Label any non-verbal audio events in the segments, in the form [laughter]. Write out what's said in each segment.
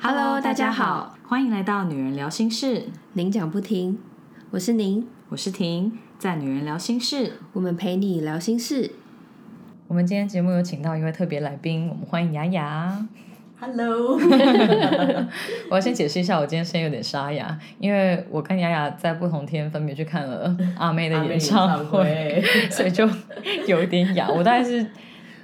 Hello，大家好，欢迎来到《女人聊心事》，您讲不停，我是您，我是婷，在《女人聊心事》，我们陪你聊心事。我们今天节目有请到一位特别来宾，我们欢迎雅雅。 Hello，我要先解释一下，我今天声音有点沙哑，因为我跟雅雅在不同天分别去看了阿妹的阿妹演演唱唱会会， [laughs] 所以就有一点哑。我大概是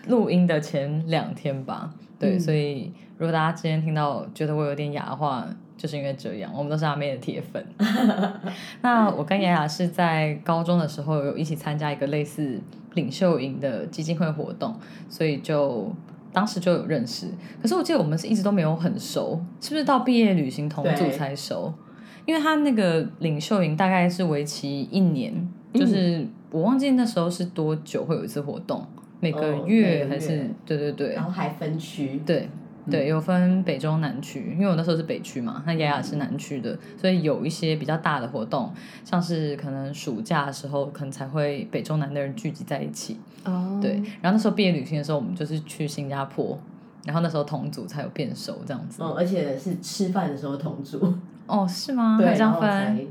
录音的前两天吧，对，嗯所以如果大家今天听到觉得我有点哑的话，就是因为这样，我们都是阿妹的铁 [laughs] 粉。那我跟雅雅是在高中的时候有一起参加一个类似领袖营的基金会活动，所以就当时就有认识。可是我记得我们是一直都没有很熟，是不是到毕业旅行同组对才熟？因为他那个领袖营大概是为期一年，就是嗯我忘记那时候是多久会有一次活动，每个哦月每个还是、月哦嗯对对对然后还分区，对。对，有分北中南区，因为我那时候是北区嘛，那雅雅是南区的，所以有一些比较大的活动，像是可能暑假的时候，可能才会北中南的人聚集在一起。哦，对，，然后那时候毕业旅行的时候，我们就是去新加坡，然后那时候同组才有变熟这样子。嗯，而且是吃饭的时候同住，哦，是吗？对，还这然样后才分？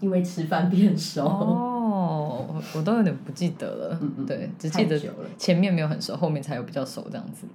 因为吃饭变熟， [laughs] 哦，我我都有点不记得了，嗯嗯对，只记得太久了前面没有很熟，后面才有比较熟这样子。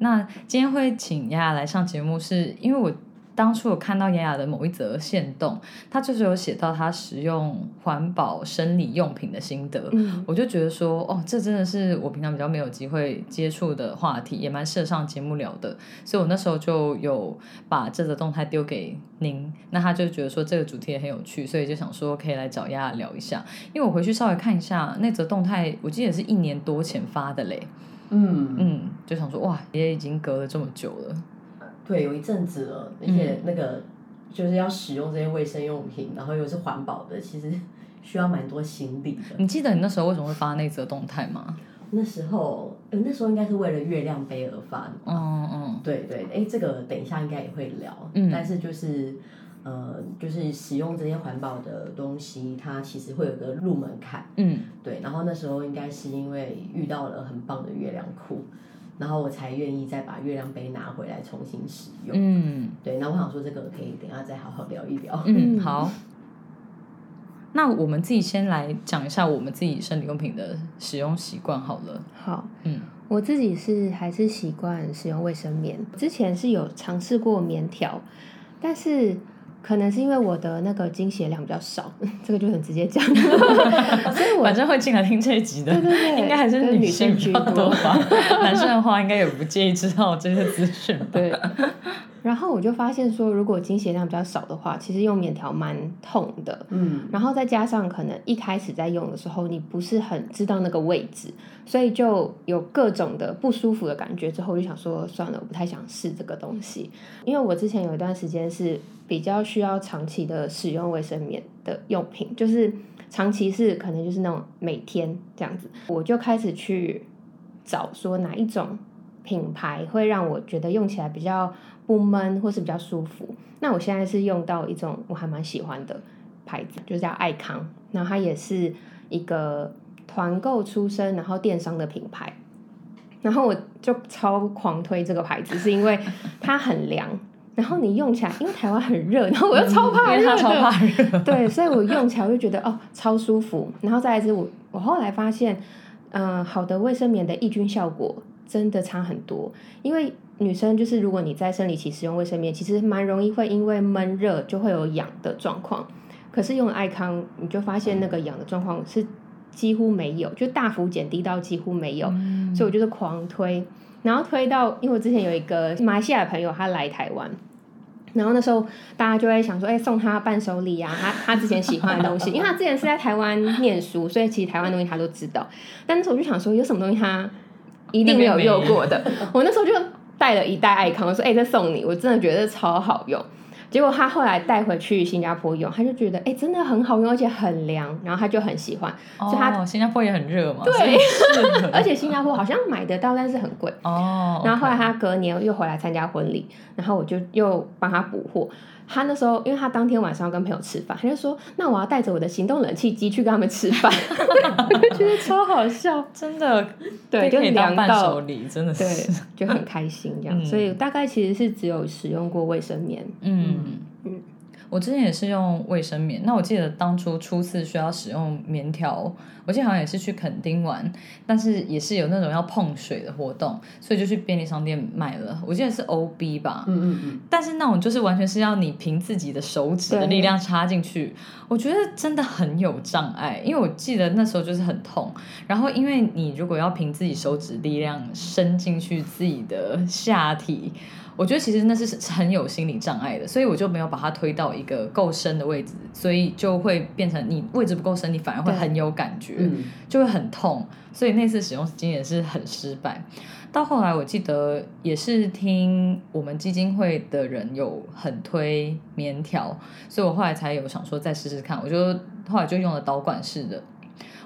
那今天会请雅雅来上节目是，因为我当初有看到雅雅的某一则线动，她就是有写到她使用环保生理用品的心得，嗯，我就觉得说，哦，这真的是我平常比较没有机会接触的话题，也蛮适合上节目聊的。所以我那时候就有把这则动态丢给您，那他就觉得说这个主题也很有趣，所以就想说可以来找丫丫聊一下。因为我回去稍微看一下那则动态，我记得也是一年多前发的嘞。嗯，嗯，就想说哇，也已经隔了这么久了。对，有一阵子了，嗯而且那个就是要使用这些卫生用品，然后又是环保的，其实需要蛮多心力的。你记得你那时候为什么会发那则动态吗？那时候，呃那时候应该是为了月亮杯而发的吧，嗯嗯对对，哎，这个等一下应该也会聊，嗯但是就是呃，就是使用这些环保的东西，它其实会有个入门槛，嗯，对。然后那时候应该是因为遇到了很棒的月亮裤，然后我才愿意再把月亮杯拿回来重新使用。嗯对，那我想说这个可以等一下再好好聊一聊。嗯，嗯好。那我们自己先来讲一下我们自己生理用品的使用习惯好了。好，嗯我自己是还是习惯使用卫生棉，之前是有尝试过棉条，但是可能是因为我的那个经血量比较少， [laughs] 这个就很直 [laughs] 接讲，所以我反正会进来听这一集的，对对对应该还是就是女性性比居较多多吧。男生的话，应该也不介意知道这些资讯吧。对。然后我就发现说，如果经血量比较少的话，其实用棉条蛮痛的。嗯，然后再加上可能一开始在用的时候，你不是很知道那个位置，所以就有各种的不舒服的感觉。之后我就想说，算了，我不太想试这个东西，因为我之前有一段时间是比较需要长期的使用卫生棉的用品，就是长期是可能就是那种每天这样子，我就开始去找说哪一种。品牌会让我觉得用起来比较不闷，或是比较舒服。那我现在是用到一种我还蛮喜欢的，牌子，就叫爱康，然后它也是一个团购出身，然后电商的品牌。然后我就超狂推这个牌子，是因为它很凉，然后你用起来，因为台湾很热，然后我又超怕因为热他的，超怕嗯热。对，所以我用起来我就觉得哦，超舒服。然后再来是我，我后来发现，嗯、好的卫生棉的抑菌效果真的差很多。因为女生就是如果你在生理期使用卫生棉，其实蛮容易会因为闷热就会有痒的状况。可是用了爱康，你就发现那个痒的状况是几乎没有，就大幅减低到几乎没有。嗯所以我就是狂推，然后推到，因为我之前有一个马来西亚的朋友，他来台湾。然后那时候大家就会想说，哎、送他伴手礼啊，他他之前喜欢的东西，因为他之前是在台湾念书，所以其实台湾东西他都知道。但那时候我就想说，有什么东西他一定没有 [laughs] 用过的？我那时候就带了一袋爱康，我说，哎、这送你，我真的觉得超好用。结果他后来带回去新加坡用，他就觉得哎、诶真的很好用，而且很凉，然后他就很喜欢。哦，所以它新加坡也很热嘛，对所以适合 [laughs] 而且新加坡好像买得到，但是很贵。哦，然后后来 OK 他隔年又回来参加婚礼，然后我就又帮他补货。他那时候，因为他当天晚上要跟朋友吃饭，他就说：“那我要带着我的行动冷气机去跟他们吃饭。”我就觉得超好笑，真的对，被就可以当凉伴手到，礼，真的 [laughs] 对是，就很开心这样。嗯所以大概其实是只有使用过卫生棉，嗯嗯我之前也是用卫生棉，那我记得当初初次需要使用棉条，我记得好像也是去垦丁玩，但是也是有那种要碰水的活动，所以就去便利商店买了，我记得是 OB 吧，嗯嗯嗯，但是那种就是完全是要你凭自己的手指的对力量插进去，我觉得真的很有障碍，因为我记得那时候就是很痛。然后因为你如果要凭自己手指力量伸进去自己的下体，我觉得其实那是很有心理障碍的，所以我就没有把它推到一个够深的位置，所以就会变成你位置不够深，你反而会对很有感觉。嗯，就会很痛，所以那次使用经验是很失败。到后来，我记得也是听我们基金会的人有很推棉条，所以我后来才有想说再试试看。我就后来就用了导管式的，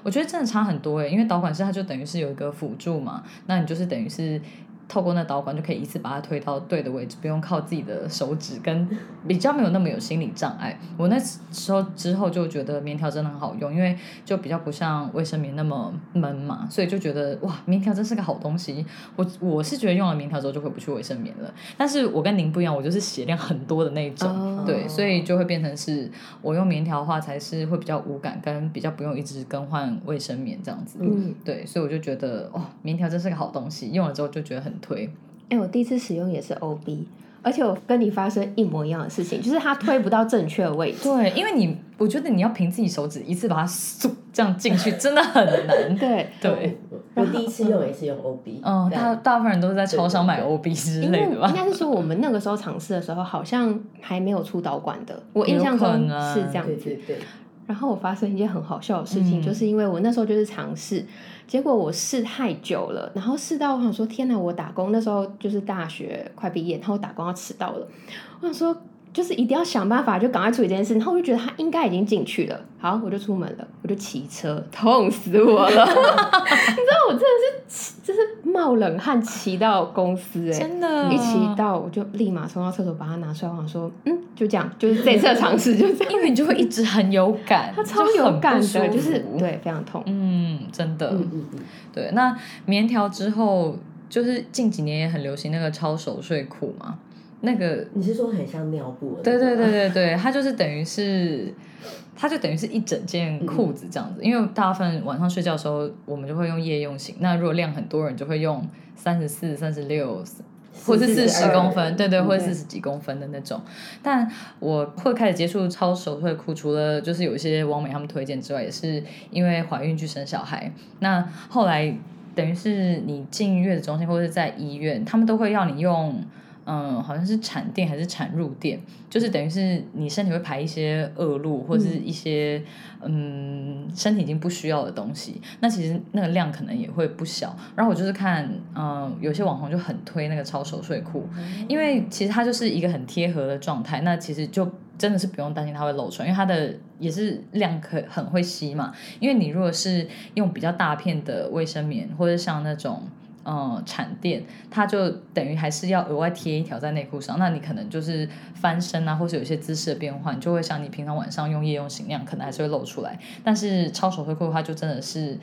我觉得真的差很多诶、欸因为导管式它就等于是有一个辅助嘛，那你就是等于是透过那导管就可以一次把它推到对的位置，不用靠自己的手指跟比较没有那么有心理障碍。我那时候之后就觉得棉条真的很好用，因为就比较不像卫生棉那么闷嘛，所以就觉得哇，棉条真是个好东西。我我是觉得用了棉条之后就回不去卫生棉了，但是我跟您不一样，我就是血量很多的那一种。哦对，所以就会变成是我用棉条的话，才是会比较无感，跟比较不用一直更换卫生棉这样子。嗯，对，所以我就觉得哦，棉条真是个好东西，用了之后就觉得很推。哎、我第一次使用也是 OB，而且我跟你发生一模一样的事情，就是它推不到正确的位置。对，因为你我觉得你要凭自己手指一次把它嗖这样进去，真的很难。 [laughs] 对， [laughs] 对，我第一次用也是用 OB，嗯，大大部分人都是在超商买 OB 之因类为的吧应？该是说我们那个时候尝试的时候，好像还没有出导管的，我印象有可中能是这样对子。对对，然后我发生一件很好笑的事情，嗯就是因为我那时候就是尝试，结果我试太久了，然后试到我想说，天哪！我打工那时候就是大学快毕业，然后我打工要迟到了，我想说。就是一定要想办法，就赶快处理这件事。然后我就觉得他应该已经进去了，好，我就出门了，我就骑车，痛死我了！你 [laughs] 知道我真的是骑，就是冒冷汗骑到公司、欸，真的一骑到我就立马冲到厕所把它拿出来，我想说，嗯，就这样，就是这次的尝试就这样。因为你就会一直很有感， [laughs] 它超有就很感的，不舒服就是对，非常痛。嗯，真的，嗯嗯嗯，对，那棉条之后，就是近几年也很流行那个超手睡裤嘛，那个，你是说很像尿 [laughs] 布？对对对，对对，它就是等于是，它就等于是一整件裤子这样子，因为大部分晚上睡觉的时候，我们就会用夜用型，那如果量很多人就会用三十四、三十六。或是四十42公分，对对，嗯或者四十几公分的那种。但我会开始接触超手绘裤，除了就是有一些网美他们推荐之外，也是因为怀孕去生小孩。那后来等于是你进月子中心或者是在医院，他们都会要你用。嗯，好像是产垫还是产褥垫，就是等于是你身体会排一些恶露或者是一些嗯身体已经不需要的东西，那其实那个量可能也会不小。然后我就是看，嗯，有些网红就很推那个超手睡裤，因为其实它就是一个很贴合的状态，那其实就真的是不用担心它会漏出来，因为它的也是量可很会吸嘛。因为你如果是用比较大片的卫生棉，或者像那种。嗯，产垫它就等于还是要额外贴一条在内裤上，那你可能就是翻身啊，或是有一些姿势的变换，就会像你平常晚上用夜用型那样，可能还是会露出来。但是超手绘裤它就真的是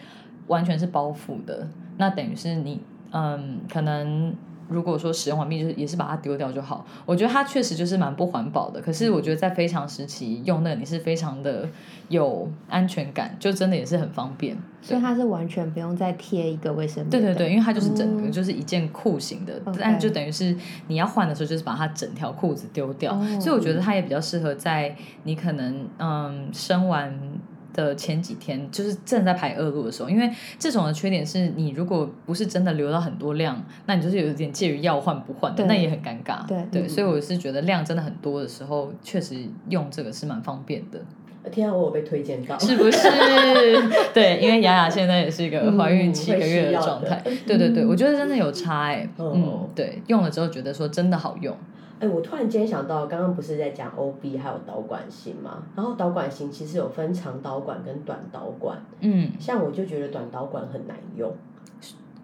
完全是包覆的，那等于是你嗯，可能如果说使用完毕，就是也是把它丢掉就好。我觉得它确实就是蛮不环保的，可是我觉得在非常时期用那个你是非常的有安全感，就真的也是很方便。所以它是完全不用再贴一个卫生棉。对对对，，因为它就是整个哦就是一件裤型的， OK 但就等于是你要换的时候，就是把它整条裤子丢掉。哦所以我觉得它也比较适合在你可能嗯生完。的前几天就是正在排恶露的时候，因为这种的缺点是你如果不是真的流到很多量，那你就是有点介于要换不换的，对那也很尴尬。对对，嗯所以我是觉得量真的很多的时候，确实用这个是蛮方便的。天啊，我有被推荐 [laughs] 到，是不是？对，因为雅雅现在也是一个怀孕嗯七个月状态，会对对对，我觉得真的有差哎、哦嗯，对，用了之后觉得说真的好用，哎、我突然间想到，刚刚不是在讲 OB 还有导管型嘛？然后导管型其实有分长导管跟短导管，嗯，像我就觉得短导管很难用，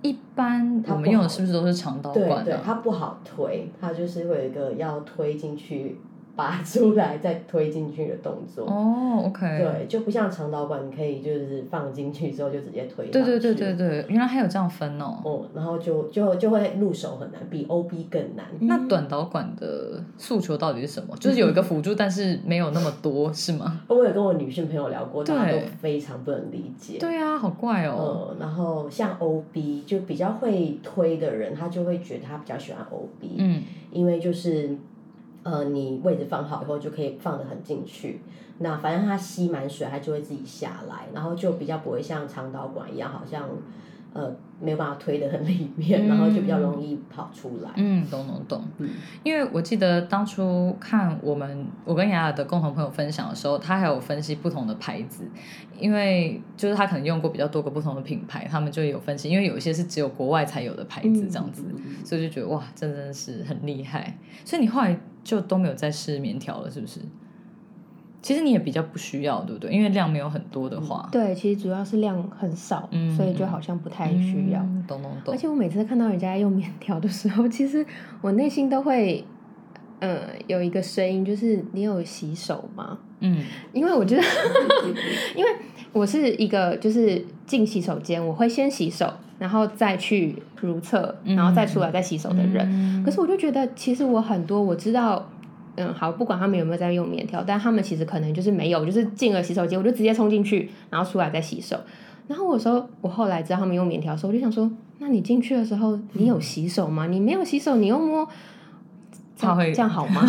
一般它我们不用好的是不是都是长导对管对，啊？它不好推，它就是会有一个要推进去、拔出来再推进去的动作。哦，OK，对，就不像长导管，你可以就是放进去之后就直接推上去。对对对对对，原来还有这样分哦。哦，然后就就就会入手很难，比 OB 更难。那短导管的诉求到底是什么？就是有一个辅助，但是没有那么多，是吗？我有跟我女性朋友聊过，大家都对非常不能理解。对啊，好怪哦。呃，然后像 OB 就比较会推的人，他就会觉得他比较喜欢 OB，、嗯因为就是呃，你位置放好以后就可以放得很进去。那反正它吸满水，它就会自己下来，然后就比较不会像长导管一样，好像呃没有办法推得很里面，嗯然后就比较容易跑出来。嗯，懂懂懂。嗯因为我记得当初看我们我跟雅雅的共同朋友分享的时候，他还有分析不同的牌子，因为就是他可能用过比较多个不同的品牌，他们就有分析，因为有一些是只有国外才有的牌子这样子，嗯所以就觉得哇，这真的是很厉害。所以你后来就都没有再试棉条了，是不是？其实你也比较不需要，对不对？因为量没有很多的话，嗯对，其实主要是量很少，嗯所以就好像不太需要。嗯懂懂懂。而且我每次看到人家用棉条的时候，其实我内心都会，呃，有一个声音，就是你有洗手吗？嗯因为我觉得， [laughs] 因为我是一个就是进洗手间，我会先洗手，然后再去如厕，然后再出来再洗手的人。嗯 [laughs] 可是我就觉得，其实我很多我知道。嗯，好，不管他们有没有在用棉条，但他们其实可能就是没有，就是进了洗手间我就直接冲进去，然后出来再洗手。然后我说，我后来知道他们用棉条的时候，我就想说，那你进去的时候你有洗手吗？你没有洗手，你又摸，这怕样 [laughs] 会这样好吗？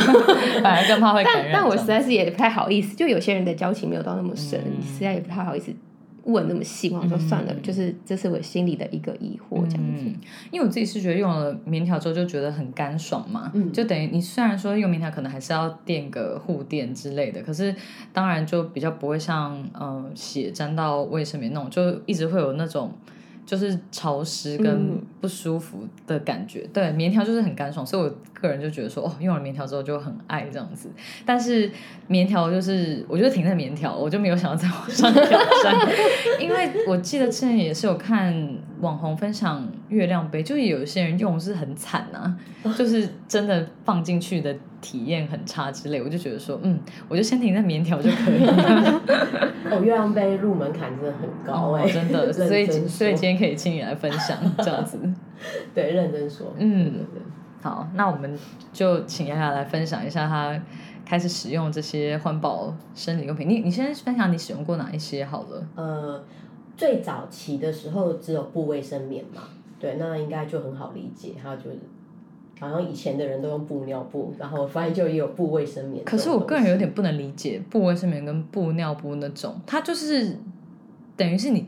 反而更怕会感但染。但我这样实在是也不太好意思，就有些人的交情没有到那么深，嗯实在也不太好意思问那么细。我想说嗯算了，就是这是我心里的一个疑惑，这样子。嗯，因为我自己是觉得用了棉条之后就觉得很干爽嘛，嗯就等于你虽然说用棉条可能还是要垫个护垫之类的，可是当然就比较不会像嗯、呃血沾到卫生棉那种，就一直会有那种。就是潮湿跟嗯不舒服的感觉，对棉条就是很干爽，所以我个人就觉得说，哦，用了棉条之后就很爱这样子。但是棉条就是，我就停在棉条，我就没有想要再往上挑战，因为我记得之前也是有看网红分享月亮杯，就有一些人用是很惨啊，哦就是真的放进去的体验很差之类，我就觉得说，嗯，我就先停在棉条就可以 [laughs] 了。哦，月亮杯入门槛真的很高哎、哦，真的， [laughs] 认真所以说所以今天可以请你来分享这样 [laughs] 子。对认真说，嗯对对对好，那我们就请雅雅来分享一下她开始使用这些环保生理用品。你你先分享你使用过哪一些好了。呃，最早期的时候只有布卫生棉嘛，对，那应该就很好理解，还有就是。好像以前的人都用布尿布，然后发现就也有布卫生棉这可种东是西。我个人有点不能理解布卫生棉跟布尿布那种，它就是等于是你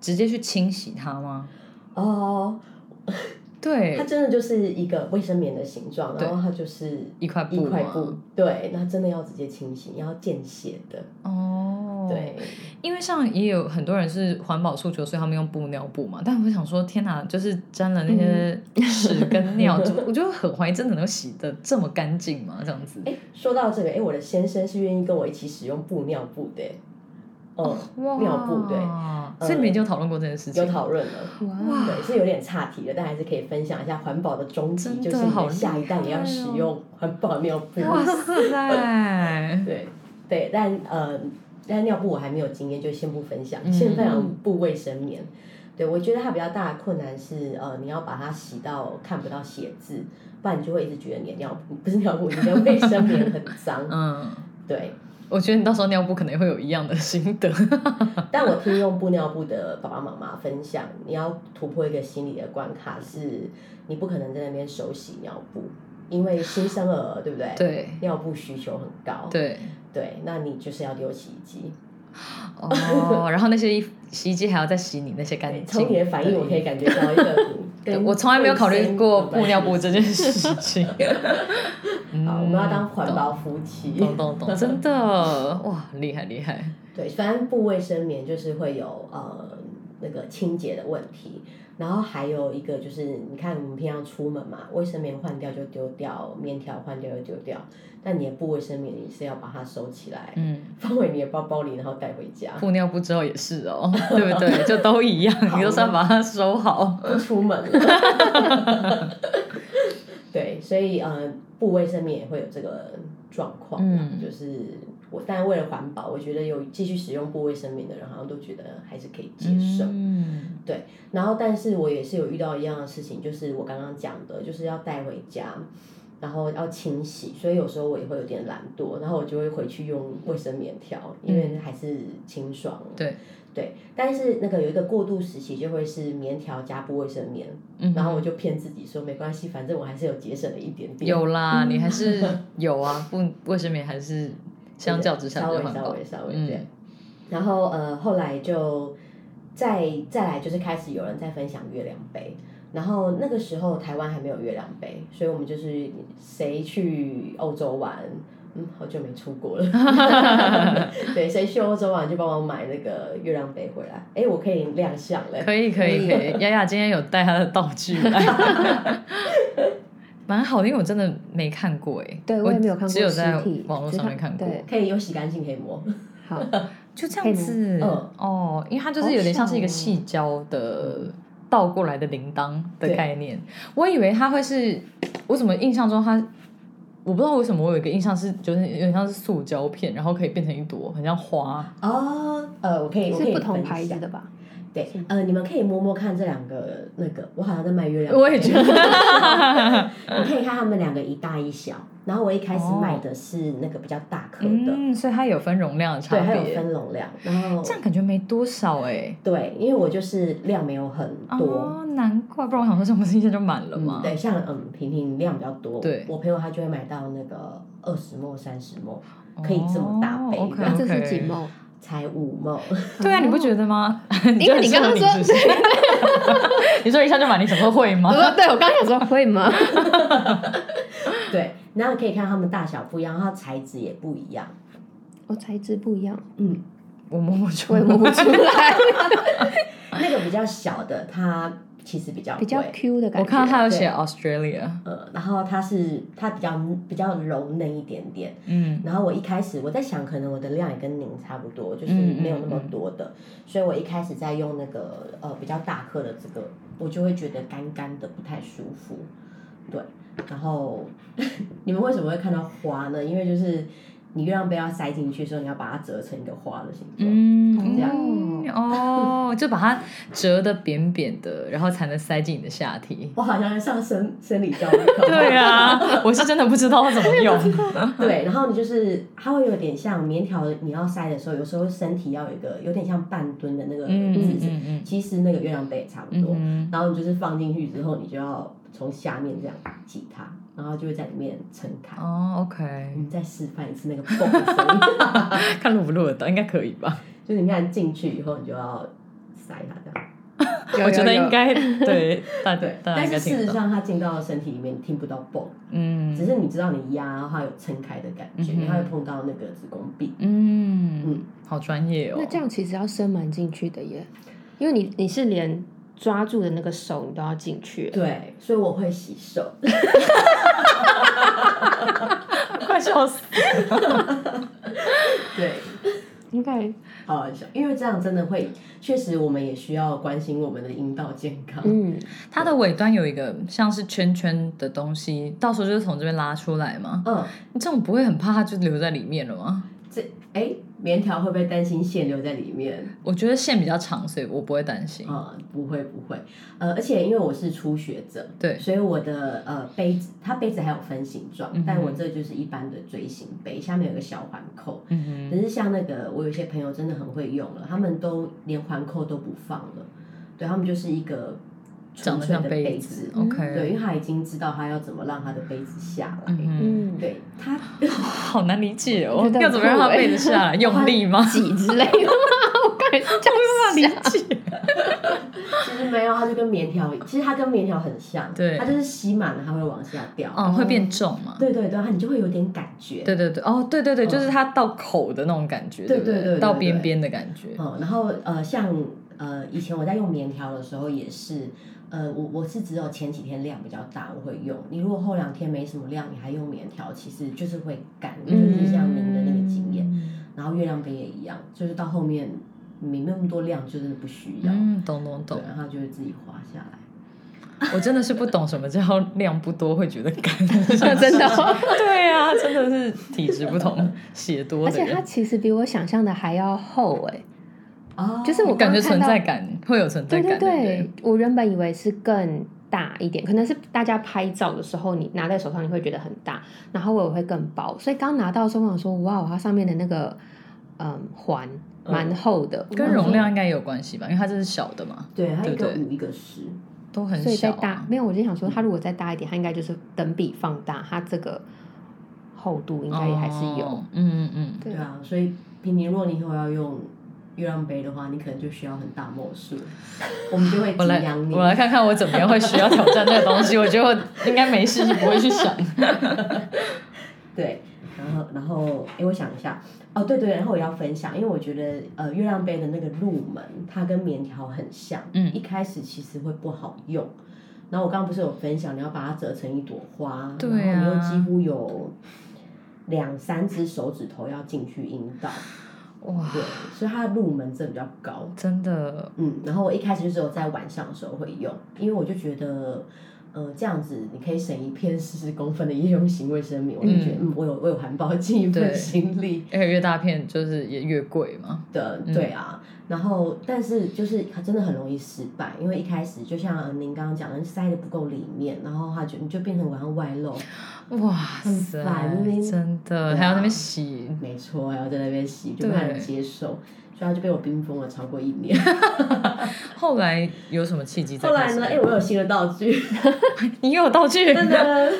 直接去清洗它吗？哦，它对，真的就是一个卫生棉的形状，对然后它就是一块布一块吗布，对，那真的要直接清洗，要见血的，哦，对，因为像也有很多人是环保诉求，所以他们用布尿布嘛。但我想说，天哪，就是沾了那些屎跟 [laughs] 尿，就我就很怀疑，真的能洗的这么干净吗？这样 [laughs] 子，哎，说到这个，哎，我的先生是愿意跟我一起使用布尿布的，哦，哇尿布对，所以你们已经有讨论过这件事情，有讨论了。哇，对，是有点岔题了，但还是可以分享一下环保的终极，真的就是你好哦的下一代也要使用环保尿布。哇 [laughs] 塞，对对，但呃，但尿布我还没有经验，就先不分享，嗯先分享布卫生棉。对，我觉得它比较大的困难是，呃，你要把它洗到看不到血渍，不然你就会一直觉得你的尿布不是尿布，你的卫生棉很脏。 [laughs] 嗯，对，我觉得你到时候尿布可能会有一样的心 [laughs] 得，但我听用布尿布的爸爸妈妈分享，你要突破一个心理的关卡是，你不可能在那边手洗尿布，因为新生儿对不对？，对尿布需求很高。对，对，那你就是要丢洗衣机。 [laughs] 哦，然后那些衣服洗衣机还要再洗你那些干对净，从你的反应，我可以感觉到 [laughs] 一个对。跟我从来没有考虑过布尿布卫生这件事情。 [laughs] 有关系。好，我们要当环保。保夫妻。懂懂懂，真的哇，厉害厉害，对，反正布卫生棉就是会有呃那个清洁的问题。然后还有一个就是，你看我们平常出门嘛，卫生棉换掉就丢掉，棉条换掉就丢掉，但你的布卫生棉你是要把它收起来，嗯，放回你的包包里，然后带回家，布尿布之后也是哦，对不对？ [laughs] 就都一样，你都是要把它收好。不出门 [laughs] 了。对，所以呃，布卫生棉也会有这个状况啦，嗯就是我，但为了环保，我觉得有继续使用布卫生棉的人，好像都觉得还是可以接受。嗯然后，但是我也是有遇到一样的事情，就是我刚刚讲的，就是要带回家，然后要清洗，所以有时候我也会有点懒惰，然后我就会回去用卫生棉条，因为还是清爽。嗯对对，但是那个有一个过渡时期，就会是棉条加布卫生棉，嗯然后我就骗自己说没关系，反正我还是有节省了一点点。有啦，你还是 [laughs] 有啊，布卫生棉还是相较之下稍比较微环稍保微。稍微嗯对。然后呃，后来就再再来就是开始有人在分享月亮杯，然后那个时候台湾还没有月亮杯，所以我们就是谁去欧洲玩。嗯，好久没出国了。 [laughs] 对，谁去欧洲玩就帮我买那个月亮杯回来。哎、我可以亮相嘞。可以可以可 [laughs] 嗯以，雅雅今天有带她的道具来， [laughs] 蛮好的，因为我真的没看过哎，对我也没有看过只有在实体网络只上面看过，对，可以有洗干净可以摸。 [laughs] 好，就这样子嗯可以吗哦，因为它就是有点像是一个好像细胶的倒过来的铃铛的对概念，我以为它会是，我怎么印象中它。我不知道为什么我有一个印象是，就是有点像是塑胶片，然后可以变成一朵，很像花。哦，呃，我可以，我可是以不同分牌子享的吧？对，呃，你们可以摸摸看这两个那个，我好像在卖月亮杯。我也 [laughs] 觉得，你可以看他们两个一大一小，然后我一开始哦卖的是那个比较大颗的，嗯，所以它有分容量的差对，还有别，分容量，然后这样感觉没多少哎、对，因为我就是量没有很多，哦，难怪，不然我想说这不是一下就满了吗？对，像嗯平平量比较多，对我朋友他就会买到那个二十沫、三十沫，哦，可以这么大杯 OK，这那样这 OK 是几？毛？才 [laughs] 五沫，对啊，哦你不觉得吗？ [laughs] 因因为你刚刚说 [laughs] 你说一下就满，你怎么会吗我？说对，我刚刚想说会吗？对，然后可以看它们大小不一样，然后材质也不一样， [laughs] 我材质不一样，嗯，我摸不出我来，也摸不出来，哎那个比较小的它其实比较 [laughs] 比较贵 Q 的 [laughs] 感觉。我看到他有写 Australia，呃，然后它是它比较比较柔嫩一点点，嗯然后我一开始我在想，可能我的量也跟您差不多，就是嗯嗯没有那么多的，所以我一开始在用那个呃比较大颗的这个，我就会觉得干干的不太舒服，对。然后 [laughs] 你们为什么会看到花呢？因为就是你月亮杯要塞进去的时候，你要把它折成一个花的形状。嗯，这样嗯哦，就把它折的扁扁的，然后才能塞进你的下 [laughs] 体。我好像在上生生理教育课。 [laughs] 对啊，我是真的不知道怎么用。对，然后你就是它会有点像棉条，你要塞的时候，有时候身体要有一个有点像半蹲的那个嗯姿嗯势。嗯嗯其实那个月亮杯也差不嗯多，哼。然后你就是放进去之后，你就要从下面这样挤它，然后就会在里面撑开。哦，OK， [laughs] 我们再示范一次那个蹦的声音，看录不录得到，应该可以吧？就是你看进去以后，你就要塞它这样。[laughs] 有我觉得有有应该对，大家对，大家但应是该听事得实到。上它进到身体里面，你听不到蹦，只嗯是你知道你压，然后它有撑开的感觉，嗯哼它会碰到那个子宫壁。嗯嗯，好专业哦。那这样其实要伸蛮进去的耶，因为你你是连抓住的那个手你都要进去了。对，所以我会 [laughs] 洗手。快笑死！对， [laughs] 应该 [laughs] 好好笑，因为这样真的会，确实我们也需要关心我们的阴道健康。嗯，它的尾端有一个像是圈圈的东西，到时候就是从这边拉出来嘛。嗯，你这种不会很怕它就留在里面了吗？这哎，棉条会不会担心线留在里面？我觉得线比较长，所以我不会担心。呃，不会不会，呃，而且因为我是初学者，对所以我的呃杯子，它杯子还有分形状，嗯哼但我这就是一般的锥形杯，下面有个小环扣。嗯可是像那个，我有一些朋友真的很会用了，他们都连环扣都不放了，对他们就是一个哼，长纯得粹像的杯子子。嗯 OK，对，因为他已经知道他要怎么让他的杯子下来。嗯嗯，对他，哼，好难理解我哦觉得，很要怎么让它酷欸背得下 [laughs] 来？用力吗？挤之类的。 [laughs] 我刚才是这样理想，解。其实没有，他就跟棉条，其实他跟棉条很像，对他就是吸满了，他会往下掉。嗯，会变重嘛？对对对，它你就会有点感觉。对对对，哦，对对对，嗯就是它到口的那种感觉，对不对对对到对边边的感觉。哦嗯，然后呃，像呃，以前我在用棉条的时候也是，呃，我我是只有前几天量比较大，我会用。你如果后两天没什么量，你还用棉条，其实就是会干，就是像您的那个经验。嗯然后月亮杯也一样，就是到后面你那么多量，就是不需要，嗯，懂懂对懂，，啊然后就会自己滑下来。我真的是不懂什么叫量不多会觉得干， [laughs] 真的哦 [laughs] 对啊，真的是体质不同，血多而的且它人其实比我想象的还要厚哎、哦就是我感觉存在刚感会有存在对感，对对不对，我原本以为是更大一点，可能是大家拍照的时候你拿在手上你会觉得很大，然后我也会更薄，所以刚拿到的时候我想说，哇，它上面的那个嗯环蛮厚的，跟容量应该也有关系吧，因为它这是小的嘛，对，它一个对对五一个十，都很所以小、再啊。大没有，我就想说，它如果再大一点，它应该就是等比放大，它这个厚度应该也还是有。哦嗯嗯嗯，对对啊，所以平平，如果你以后要用月亮杯的话，你可能就需要很大墨数， [laughs] 我们就会我敬来仰你我。来看看我怎么样会需要挑战这个 [laughs] 东西，我觉得我应该没事就不会去想。对，然后然后，哎，我想一下，哦，对对，然后我要分享，因为我觉得呃，月亮杯的那个入门，它跟棉条很像，嗯一开始其实会不好用。然后我刚刚不是有分享，你要把它折成一朵花，对然后你又啊几乎有两三只手指头要进去阴道，哇，对，所以它的入门真的比较高。真的，嗯，然后我一开始就只有在晚上的时候会用，因为我就觉得，呃，这样子你可以省一片四十公分的夜用型卫生棉，我就觉得，嗯，我有我有环保尽一份对心力而且越大片就是也越贵嘛。的，对啊。然后，但是就是它真的很容易失败，因为一开始就像您刚刚讲的，塞的不够里面，然后它就你就变成好像外露，哇很塞烦呢，真对啊的，还要那边洗，没错，还要在那边洗，就不太能对接受，所以它就被我冰封了超过一年。后来有什么契机再后开来始？呢，哎，我有新的道具， [laughs] 你有道具真 [laughs] 的，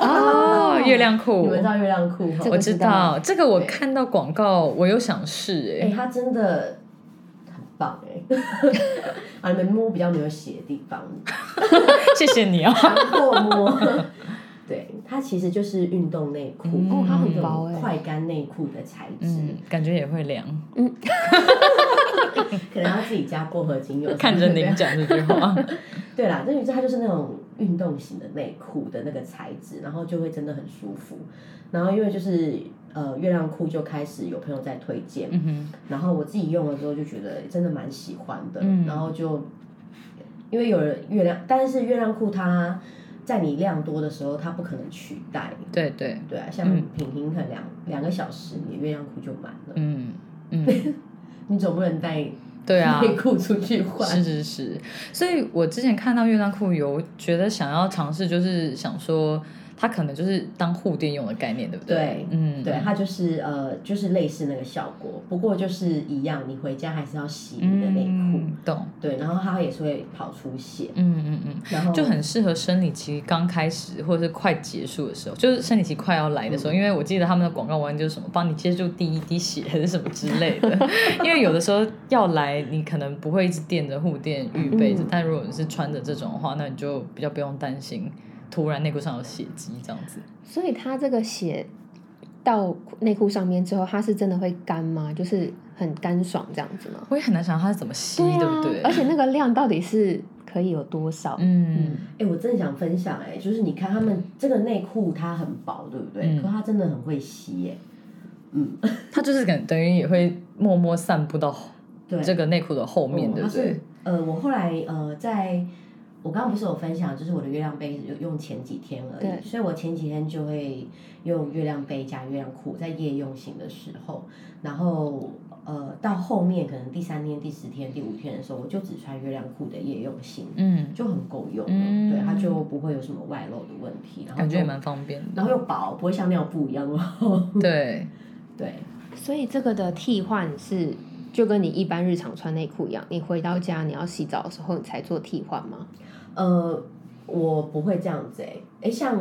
哦，月亮裤，你们知道月亮裤吗？这个我知道这个，我对看到广告我有想试哎、 [laughs] 哎，它真的很棒哎、 [laughs] 啊，你们摸比较没有血的地方， [laughs] 谢谢你啊，过摸。对，它其实就是运动内裤，哦它很薄哎那种快干内裤的材质，嗯，感觉也会凉。可能要自己加薄荷精油。 [laughs] 看着您对。讲这句话，对啦，但是它就是那种运动型的内裤的那个材质，然后就会真的很舒服。然后因为就是呃月亮裤就开始有朋友在推荐， [laughs] 嗯哼，然后我自己用了之后就觉得真的蛮喜欢的，嗯然后就因为有了月亮，但是月亮裤它在你量多的时候，它不可能取代。对对，对啊，像嗯品婷可能两、两个小时，你的月亮裤就满了，嗯 [laughs] 嗯，你总不能带对啊，内裤出去换。是是是，所以我之前看到月亮裤有觉得想要尝试，就是想说它可能就是当护垫用的概念，对不对嗯，对，它就是呃，就是类似那个效果，不过就是一样，你回家还是要洗你的内裤，嗯，懂，对，然后它也是会跑出血，嗯嗯嗯。然后就很适合生理期刚开始或者是快结束的时候，就是生理期快要来的时嗯候，因为我记得他们的广告文案就是什么帮你接住第一滴血还是什么之类 [laughs] 的，因为有的时候要来你可能不会一直垫着护垫预备着，嗯但如果你是穿着这种的话，那你就比较不用担心突然内裤上有血迹这样子。所以它这个血到内裤上面之后，它是真的会干吗？就是很干爽这样子吗？我也很难想象它是怎么吸，对对,、啊，不对？而且那个量到底是可以有多少？嗯，哎、我真的想分享哎、就是你看他们这个内裤它很薄，对不对？嗯可它真的很会吸耶、嗯，它就是等等于也会默默散布到对，这个内裤的后面，嗯对它不对？是呃，我后来呃，在我刚刚不是有分享，就是我的月亮杯用前几天而对已，所以我前几天就会用月亮杯加月亮裤，在夜用型的时候，然后呃，到后面可能第三天、第十天、第五天的时候，我就只穿月亮裤的夜用型，嗯，就很够用了，嗯对，它就不会有什么外露的问题，然后感觉就也蛮方便的。然后又薄，不会像尿布一样厚。对， [laughs] 对，所以这个的替换是就跟你一般日常穿内裤一样，你回到家你要洗澡的时候你才做替换吗？呃，我不会这样子哎、欸，哎、像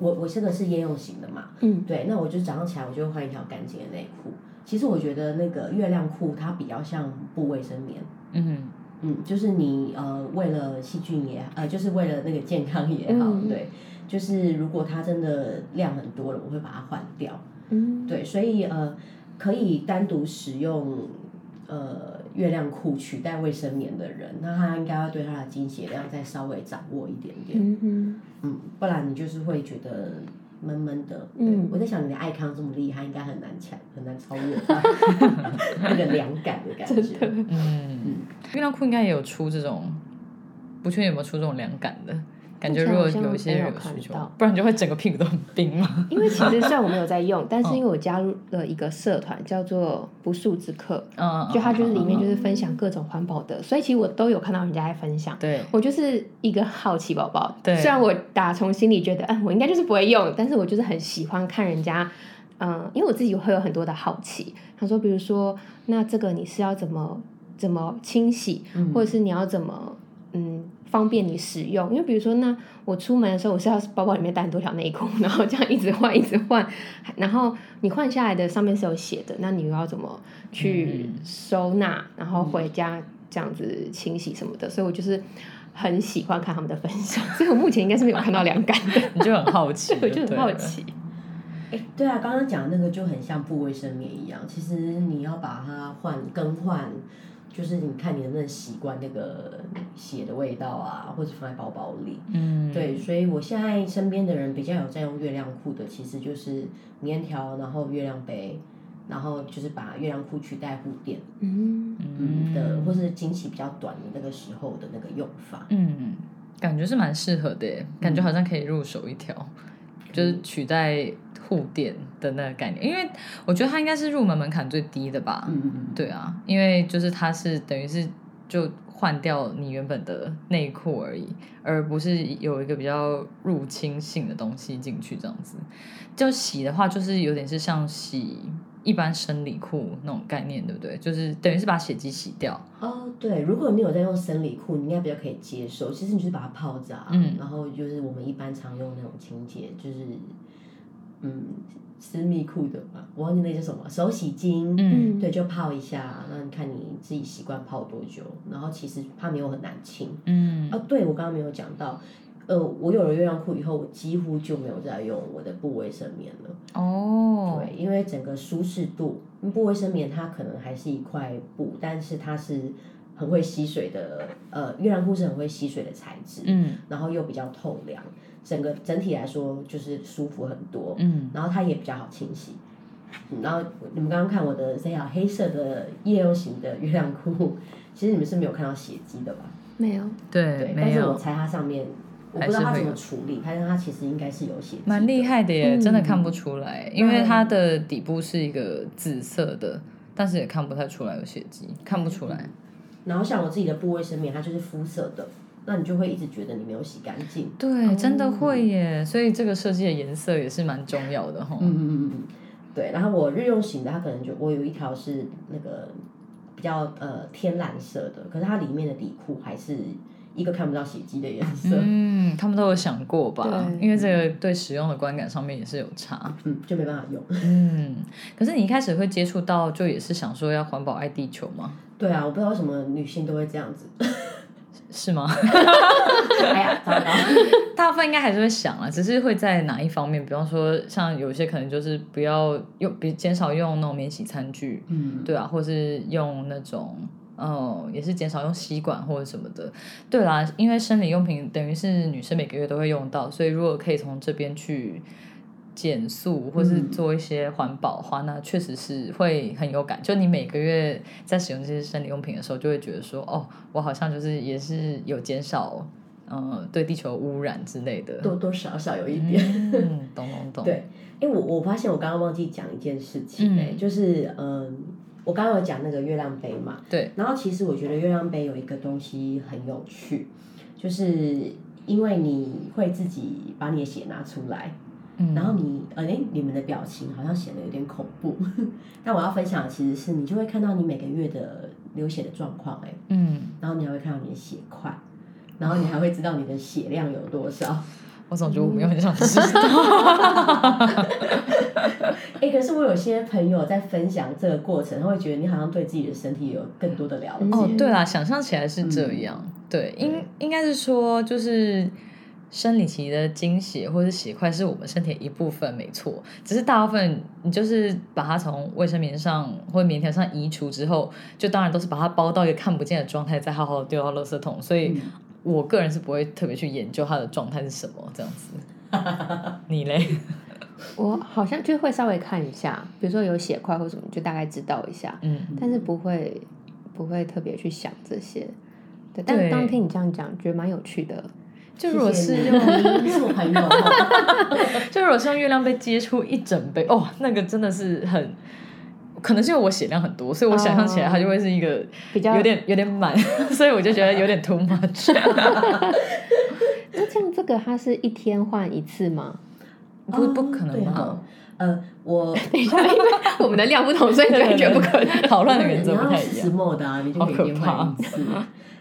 我我这个是夜用型的嘛，嗯，对，那我就早上起来我就会换一条干净的内裤。其实我觉得那个月亮裤它比较像布卫生棉，嗯嗯，就是你呃为了细菌也呃就是为了那个健康也好，嗯对，就是如果它真的量很多了，我会把它换掉。嗯，对，所以呃，可以单独使用呃月亮裤取代卫生棉的人，那他应该要对他的经血量再稍微掌握一点点，嗯哼，嗯，不然你就是会觉得闷闷的。对嗯我在想你的爱康这么厉害，应该很难抢，很难超越 [laughs] 吧那个凉感的感觉。嗯，月亮裤应该也有出这种，不确定有没有出这种凉感的。感觉目前如果好像有一些人没有有需求看到，不然就会整个屁股都很冰嘛。 [laughs] 因为其实虽然我没有在用，但是因为我加入了一个社团叫做不速之客，嗯， [laughs] 就它就是里嗯面嗯嗯就是分享各种环保的，所以其实我都有看到人家在分 [laughs] 享。对，我就是一个好奇宝宝，对虽然我打从心里觉得，嗯，我应该就是不会用，但是我就是很喜欢看人家，嗯、因为我自己会有很多的好奇。他说，比如说，那这个你是要怎么怎么清洗，嗯或者是你要怎么，嗯，方便你使用？因为比如说，那我出门的时候，我是要包包里面带很多条内裤，然后这样一直换，一直换，然后你换下来的上面是有写的，那你又要怎么去嗯收纳，然后回家这样子清洗什么的，所以我就是很喜欢看他们的分享， [laughs] 所以我目前应该是没有看到凉 [laughs] 感的，，你就很好奇我 [laughs] 就很好奇。哎、 [laughs] 对啊，刚刚讲的那个就很像布卫生棉一样，其实你要把它换更换，就是你看你能不能习惯那个血的味道啊，或者放在包包里。对不对，嗯，对，所以我现在身边的人比较有在用月亮裤的，其实就是棉条，然后月亮杯，然后就是把月亮裤取代护垫，嗯，嗯的，或是经期比较短的那个时候的那个用法。嗯，感觉是蛮适合的耶，感觉好像可以入手一条，嗯就是取代护垫的那个概念，因为我觉得它应该是入门门槛最低的吧。嗯嗯嗯，对啊，因为就是它是等于是就换掉你原本的内裤而已，而不是有一个比较入侵性的东西进去这样子。就洗的话，就是有点是像洗一般生理裤那种概念，对不对？就是等于是把血迹洗掉。哦，对，如果你有在用生理裤，你应该比较可以接受。其实你就是把它泡着、啊，嗯然后就是我们一般常用那种清洁，就是嗯，私密裤的嘛，我忘记那叫什么，手洗巾，嗯对，就泡一下，啊那你看你自己习惯泡多久，然后其实它没有很难清。嗯哦，对，我刚刚没有讲到，呃，我有了月亮裤以后，我几乎就没有再用我的布卫生棉了。哦，对，因为整个舒适度，布卫生棉它可能还是一块布，但是它是很会吸水的，呃，月亮裤是很会吸水的材质，嗯然后又比较透凉，整个整体来说就是舒服很多，嗯然后它也比较好清洗。嗯然后你们刚刚看我的这条黑色的夜用型的月亮裤， [laughs] 其实你们是没有看到血迹的吧？没有， [laughs] 对对，，但没是我有，猜它上面，我还不知道是它会怎么有处理，但是它其实应该是有血迹，蛮厉。害的耶，嗯真的看不出来，因为它的底部是一个紫色的，但是也看不太出来有血迹，看不出嗯来。然后像我自己的部位生棉，它就是肤色的，那你就会一直觉得你没有洗干净。对，真的会耶，所以这个设计的颜色也是蛮重要的哈。嗯嗯嗯嗯，对。然后我日用型的，它可能就我有一条是那个比较呃天蓝色的，可是它里面的底裤还是一个看不到血迹的颜色，嗯嗯，他们都有想过吧？对因为这个对使用的观感上面也是有差。 [laughs] 就没办法用。嗯，可是你一开始会接触到，就也是想说要环保爱地球吗？对啊，我不知道为什么女性都会这样子。是吗？ [laughs] 哎呀，糟糕！大部分应该还是会想啊，只是会在哪一方面，比方说像有些可能就是不要用，比减少用那种免洗餐具， [laughs] 嗯，对啊，或是用那种。嗯，也是减少用吸管或者什么的。对啦，因为生理用品等于是女生每个月都会用到，所以如果可以从这边去减速，或是嗯做一些环保的话，那确实是会很有感。就你每个月在使用这些生理用品的时候，就会觉得说，哦，我好像就是也是有减少，嗯，对地球污染之类的。多多少少有一点。嗯，懂懂懂。对，哎、我我发现我刚刚忘记讲一件事情、嗯哎、就是嗯，我刚刚有讲那个月亮杯嘛，对，然后其实我觉得月亮杯有一个东西很有趣，就是因为你会自己把你的血拿出来，嗯，然后你呃，哎、你们的表情好像显得有点恐怖， [laughs] 但我要分享的其实是你就会看到你每个月的流血的状况、哎，嗯，然后你还会看到你的血块，然后你还会知道你的血量有多少。 [laughs] 我总觉得我没有很想知道。哎、可是我有些朋友在分享这个过程，他会觉得你好像对自己的身体有更多的嗯了解。嗯哦，对啦，想象起来是这样，对，应对应该是说就是。生理期的经血或是血块是我们身体的一部分，没错。只是大部分你就是把它从卫生棉上或棉条上移除之后，就当然都是把它包到一个看不见的状态，再好好地丢到垃圾桶。所嗯以我个人是不会特别去研究它的状态是什么这样 [laughs] 子。你嘞？我好像就会稍微看一下，比如说有血块或什么，就大概知道一下，嗯，但是不会不会特别去想这些。对，对但刚听你这样讲，觉得蛮有趣的。就如果是 [laughs] 谢谢用你你是我朋友哦，就如果是用月亮杯接触一整杯，哦，那个真的是很，可能是因为我血量很多，所以我想象哦起来它就会是一个比较有点有点满， [laughs] 所以我就觉得有点 too much。 [laughs] 那像这个，它是一天换一次 [laughs] 吗？ [laughs] 不不可能哦对吧？呃，我我们的量不同，所以你会觉得不可 [laughs] 能。讨论的原则不太一你要是样。 small 的啊，你就可以好可变怕 [laughs] 换一次。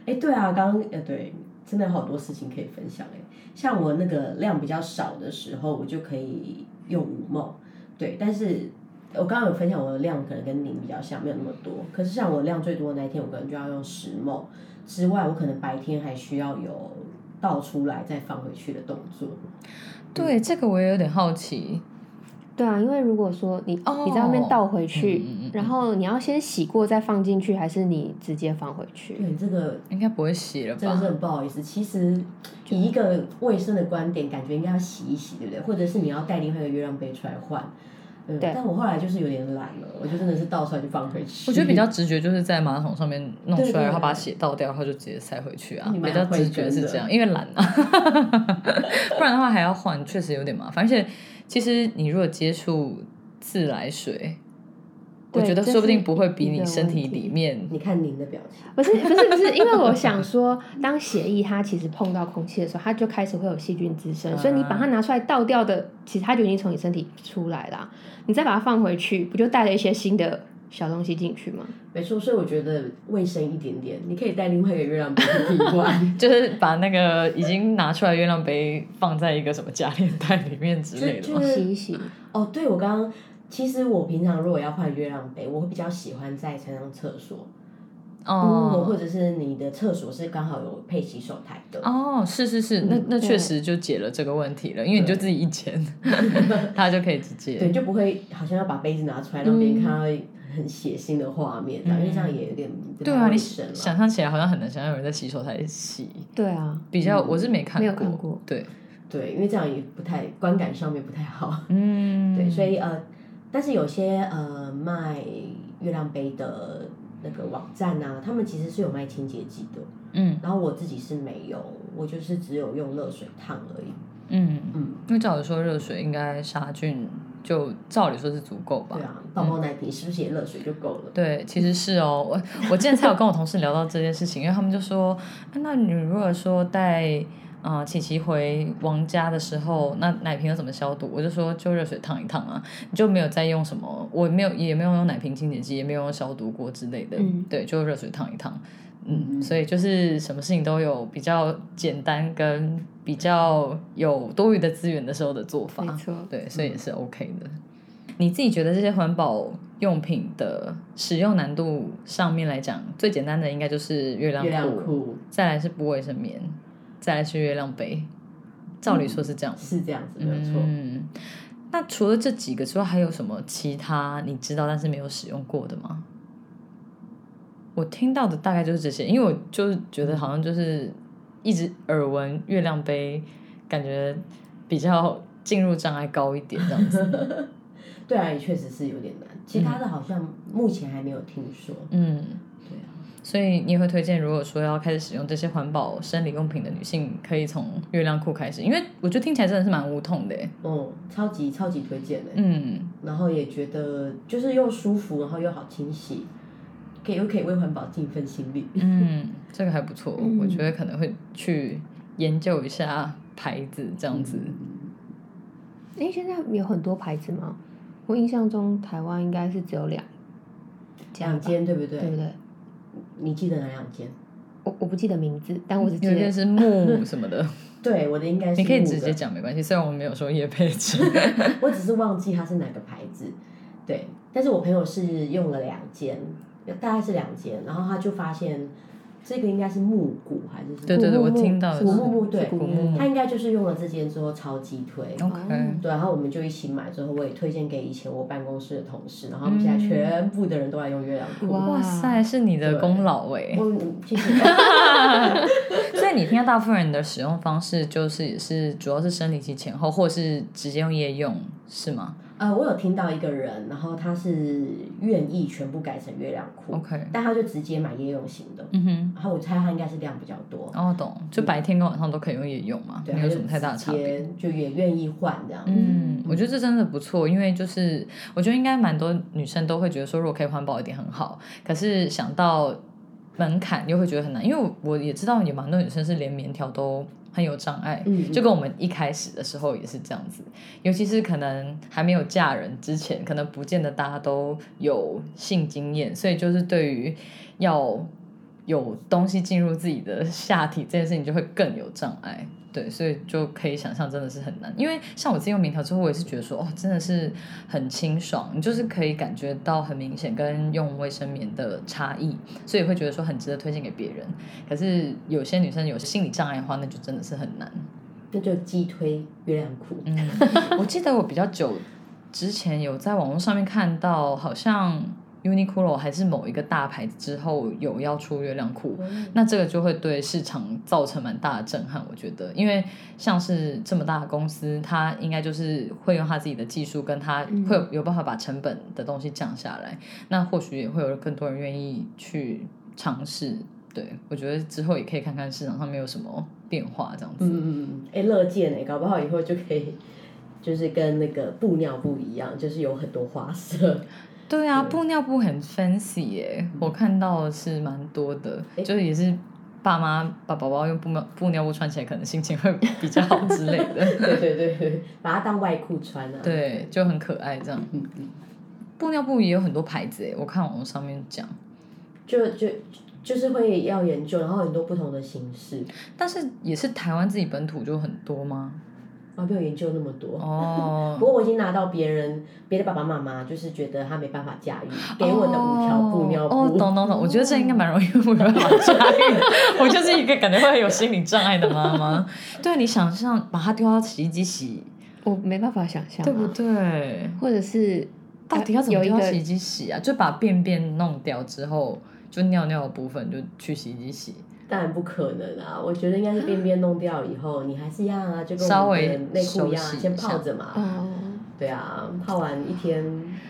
哎、对啊，刚刚呃对，真的有好多事情可以分享哎、像我那个量比较少的时候，我就可以用五梦。对，但是我刚刚有分享我的量可能跟您比较像，没有那么多。可是像我量最多的那一天，我可能就要用十梦。之外，我可能白天还需要有倒出来再放回去的动作。对这个我也有点好奇，对啊，因为如果说你、哦你在外面倒回去，嗯嗯嗯嗯然后你要先洗过再放进去，还是你直接放回嗯去？对，这个应该不会洗了真的是吧？很不好意思。其实以一个卫生的观点，感觉应该要洗一洗，对不对？或者是你要带另外一个月亮杯出来换。嗯，对但我后来就是有点懒了，我就真的是倒出来就放回去。我觉得比较直觉就是在马桶上面弄嗯对出对来，然后把血倒掉，然后就直接塞回去啊你。蛮比较会直觉跟是的这样，因为懒啊， [laughs] 不然的话还要换，确实有点麻烦。而且其实你如果接触自来水，我对觉得这说不是定不会比一你个身问体题里面，[laughs] 你看您的表情，不是不是不是，因为我想说，当血液它其实碰到空气的时候，它就开始会有细菌滋生，所以你把它拿出来倒掉的，其实它就已经从你身体出来啦。你再把它放回去，不就带了一些新的小东西进去吗？没错，所以我觉得卫生一点点，你可以带另外一个月亮杯去替 [laughs] 换就是把那个已经拿出来的月亮杯放在一个什么夹链袋里面之类的就吗。是洗一啊洗，哦，对，我刚刚其实我平常如果要换月亮杯，我会比较喜欢在山上厕所，嗯，哦或者是你的厕所是刚好有配洗手台的，哦，是是是，嗯那那确实就解了这个问题了，因为你就自己一钱， [laughs] 他就可以直对，接。就不会好像要把杯子拿出来让别人看到很血腥的画面这样，因为这样也有点不嗯对太啊，卫你生了。想象起来好像很难想象有人在洗手台洗，对啊，比较我是没看没有看过，对，对，因为这样也不太观感上面不太好。嗯，对，所以呃，但是有些呃卖月亮杯的那个网站啊，他们其实是有卖清洁剂的，嗯然后我自己是没有，我就是只有用热水烫而已。嗯，嗯，因为照理说热水应该杀菌，就照理说是足够吧对。啊，宝宝奶瓶是不是也热水就够了？嗯对，其实是哦，我我之前才有跟我同事聊到这件事情，因为他们就说，啊那你如果说带啊、呃琪琪回王家的时候，那奶瓶要怎么消毒？我就说就热水烫一烫啊，你就没有再用什么，我没有也没有用奶瓶清洁剂，也没有用消毒锅之类的，嗯对，就热水烫一烫。嗯嗯，所以就是什么事情都有比较简单跟比较有多余的资源的时候的做法，没错对，所以也是嗯 OK 的。你自己觉得这些环保用品的使用难度上面来讲，最简单的应该就是月亮月亮裤，裤再来是不卫生棉，再来是月亮杯。照理说是这样，是这样子，没有错。嗯。那除了这几个之外，还有什么其他你知道但是没有使用过的吗？我听到的大概就是这些，因为我就是觉得好像就是一直耳闻月亮杯，感觉比较进入障碍高一点这样 [laughs] 子。对啊，也确实是有点难。其他的好像目前还没有听说。嗯，对啊，所以你也会推荐，如果说要开始使用这些环保生理用品的女性，可以从月亮裤开始，因为我觉得听起来真的是蛮无痛的耶。欸哦，超级超级推荐的、嗯，然后也觉得就是又舒服，然后又好清洗，可以又可以为环保尽一份心力。嗯，这个还不错，嗯我觉得可能会去研究一下牌子这样子。嗯诶，现在有很多牌子吗？我印象中台湾应该是只有两家两吧，间对不对？对不对？你记得哪两间？我我不记得名字，但我只记有一个得是木什么的，对，我的应该是你可以木直的接，讲没关系，虽然我们没有说叶配置。我只是忘记它是哪个牌子。对，但是我朋友是用了两间，大概是两间，然后他就发现这个应该是木骨还是什么？对对对，古我木木听到的古是木木哦对古木木他应该就是用了这间之后超级哦推。 OK，对，然后我们就一起买，之后我也推荐给以前我办公室的同事，然后我们现在全部的人都在用月亮裤。哇嗯哇塞，是你的对功劳哎。我嗯 [laughs] 谢谢。所以你听到大部分人的使用方式就是也是主要是生理期前后，或是直接用夜用是吗呃，我有听到一个人，然后他是愿意全部改成月亮裤？OK，但他就直接买夜用型的。嗯哼，然后我猜他应该是量比较多，哦懂，就白天跟晚上都可以用夜用嘛，对，没有什么太大的差别。，就也愿意换这样。嗯，我觉得这真的不错，因为就是我觉得应该蛮多女生都会觉得说，如果可以环保一点很好，可是想到门槛又会觉得很难，因为我我也知道有蛮多女生是连棉条都很有障碍，嗯就跟我们一开始的时候也是这样子，尤其是可能还没有嫁人之前，可能不见得大家都有性经验，所以就是对于要有东西进入自己的下体这件事情就会更有障碍。对，所以就可以想象真的是很难，因为像我自己用棉条之后，我也是觉得说，哦，真的是很清爽，你就是可以感觉到很明显跟用卫生棉的差异，所以会觉得说很值得推荐给别人。可是有些女生有心理障碍的话，那就真的是很难。那就击推月亮裤。嗯， [laughs] 我记得我比较久之前有在网络上面看到，好像 Uniqlo 还是某一个大牌子之后有要出月亮裤，那这个就会对市场造成蛮大的震撼。我觉得，因为像是这么大的公司，它应该就是会用它自己的技术，跟它会有有办法把成本的东西降下来，那或许也会有更多人愿意去尝试。对，我觉得之后也可以看看市场上面有什么变化，这样子。嗯嗯 [laughs] 嗯嗯，哎，乐见哎，搞不好以后就可以，就是跟那个布尿布一样，就是有很多花色。对啊，对嗯布尿布很 fancy 耶、我看到的是蛮多的，就是也是爸妈把宝宝用布尿布尿布穿起来，可能心情会比较好之类 [laughs] 的。对对对对，把它当外裤穿啊。，对，就很可爱这样。嗯嗯，布尿布也有很多牌子耶、我看网络上面讲，就就就是会要研究，然后很多不同的形式，但是也是台湾自己本土就很多吗？我还没有研究那么多。哦不，过我已经拿到别人别的爸爸妈妈，就是觉得他没办法驾驭给我的五条布尿布。哦，哦懂懂懂，我觉得这应该蛮容易我没办法驾驭的。 [laughs] 我就是一个感觉会有心理障碍的妈妈。对，你想象把它丢到洗衣机洗，我没办法想象、啊，对不对？或者是到底要怎么有一丢到洗衣个机洗啊？就把便便弄掉之后，就尿尿的部分就去洗衣机洗， [laughs] 当然不可能啊！我觉得应该是便便弄掉以后，你还是一样啊，就跟稍我们微的内裤一样手洗一啊，下嗯先泡着嘛。哦，对啊，泡完一天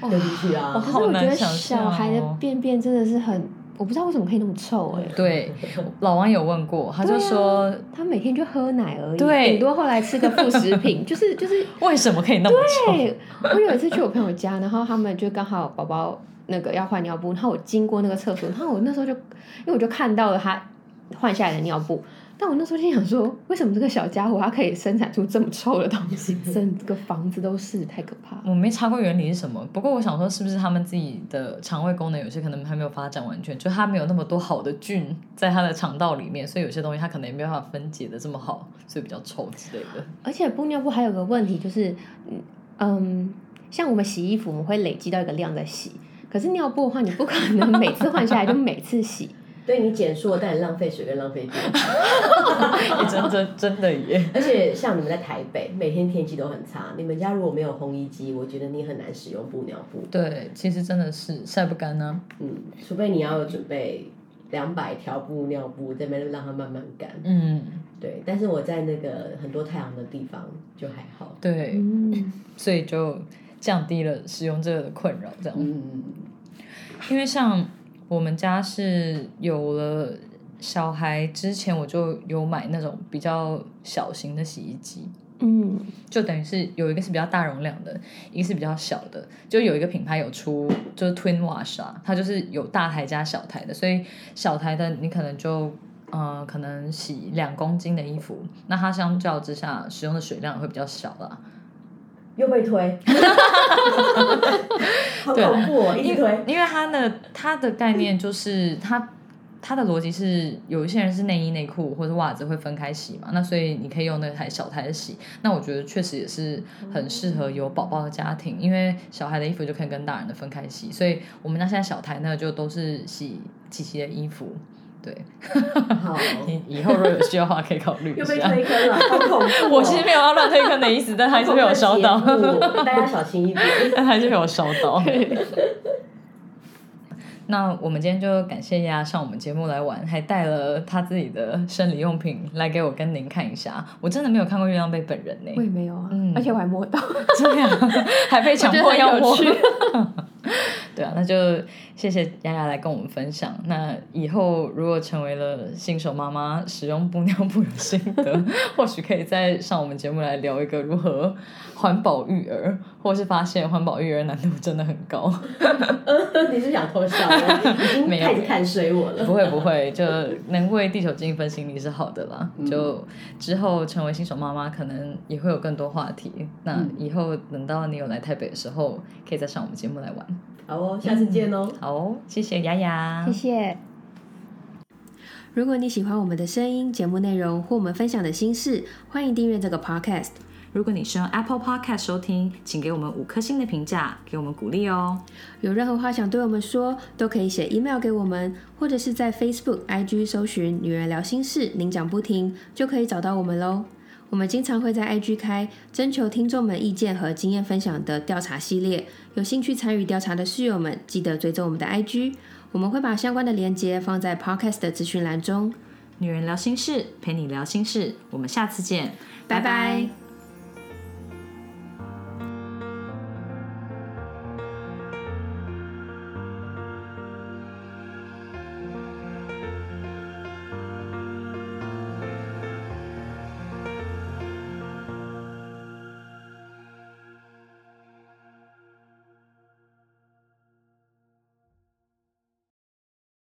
丢进去啊哦。可是好我觉难得想象小孩哦嗯的便便真的是很，我不知道为什么可以那么臭哎、 [laughs] 对，老王有问过，他就对啊说、他每天就喝奶而已，对顶多后来吃个副食品，就是就是。为什么可以那么臭？对，我有一次去我朋友家，然后他们就刚好宝宝那个要换尿布，然后我经过那个厕所，然后我那时候就，因为我就看到了他换下来的尿布，但我那时候就想说，为什么这个小家伙他可以生产出这么臭的东 [laughs] 西，整个房子都是，太可怕了。我没查过原理是什么，不过我想说，是不是他们自己的肠胃功能有些可能还没有发展完全，就他没有那么多好的菌在他的肠道里面，所以有些东西他可能也没办法分解的这么好，所以比较臭之类 [laughs] 的。而且布尿布还有个问题就是，嗯嗯，像我们洗衣服，我们会累积到一个量再洗。可是尿布的话，你不可能每次换下来就每次洗，对你减速，但你浪费水跟浪费电。欸、真真真的耶！而且像你们在台北，每天天气都很差，你们家如果没有烘衣机，我觉得你很难使用布尿布。对，其实真的是晒不干啊呢、嗯，除非你要有准备两百条布尿布，在那边让它慢慢干。嗯，对，但是我在那个很多太阳的地方就还好。对，嗯，所以就降低了使用这个的困扰，这样。嗯，因为像我们家是有了小孩之前，我就有买那种比较小型的洗衣机，嗯，就等于是有一个是比较大容量的，一个是比较小的。就有一个品牌有出，就是 Twin Wash 啊，它就是有大台加小台的，所以小台的你可能就。呃，可能洗两公斤的衣服，那它相较之下使用的水量也会比较小啦。又被 [laughs] 推，好对啊恐怖哦！一因直推为，因为它的它的概念就是它它的逻辑是有一些人是内衣内裤或者袜子会分开洗嘛，那所以你可以用那台小台的洗。那我觉得确实也是很适合有宝宝的家庭，因为小孩的衣服就可以跟大人的分开洗，所以我们家现在小台呢就都是洗琪琪的衣服。对，好，你以后如果有需要的话，可以考虑一 [laughs] 又被下。推坑了，好恐怖哦！ [laughs] 我其实没有要乱推坑的意思，但还是被我烧到好，恐怖的节目大家小心一点。 [laughs] 但还是被我烧到。 [laughs] 那我们今天就感谢丫上我们节目来玩，还带了她自己的生理用品来给我跟您看一下。我真的没有看过月亮杯本人呢、我也没有啊，嗯而且我还摸到， [laughs] 这样还被强迫要摸我觉得很有趣。 [laughs] 对啊，那就谢谢丫丫来跟我们分享。那以后如果成为了新手妈妈，使用布尿布有心得， [laughs] 或许可以再上我们节目来聊一个如何环保育儿，或是发现环保育儿难度真的很高。 [laughs] 你是想偷笑吗？已经没有开始看衰我了。不会不会，就能为地球尽一份心力是好的啦。嗯就之后成为新手妈妈，可能也会有更多话题。那嗯以后等到你有来台北的时候，可以再上我们节目来玩。好哦，下次见哦。好哦，谢谢雅雅，谢谢。如果你喜欢我们的声音、节目内容或我们分享的心事，欢迎订阅这个 podcast。如果你是用 Apple Podcast 收听，请给我们五颗星的评价，给我们鼓励哦。有任何话想对我们说，都可以写 email 给我们，或者是在 Facebook、IG 搜寻“女人聊心事”，您讲不停就可以找到我们喽。我们经常会在 IG 开征求听众们意见和经验分享的调查系列，有兴趣参与调查的室友们，记得追踪我们的 IG，我们会把相关的链接放在 Podcast 的资讯栏中。女人聊心事，陪你聊心事，我们下次见，拜拜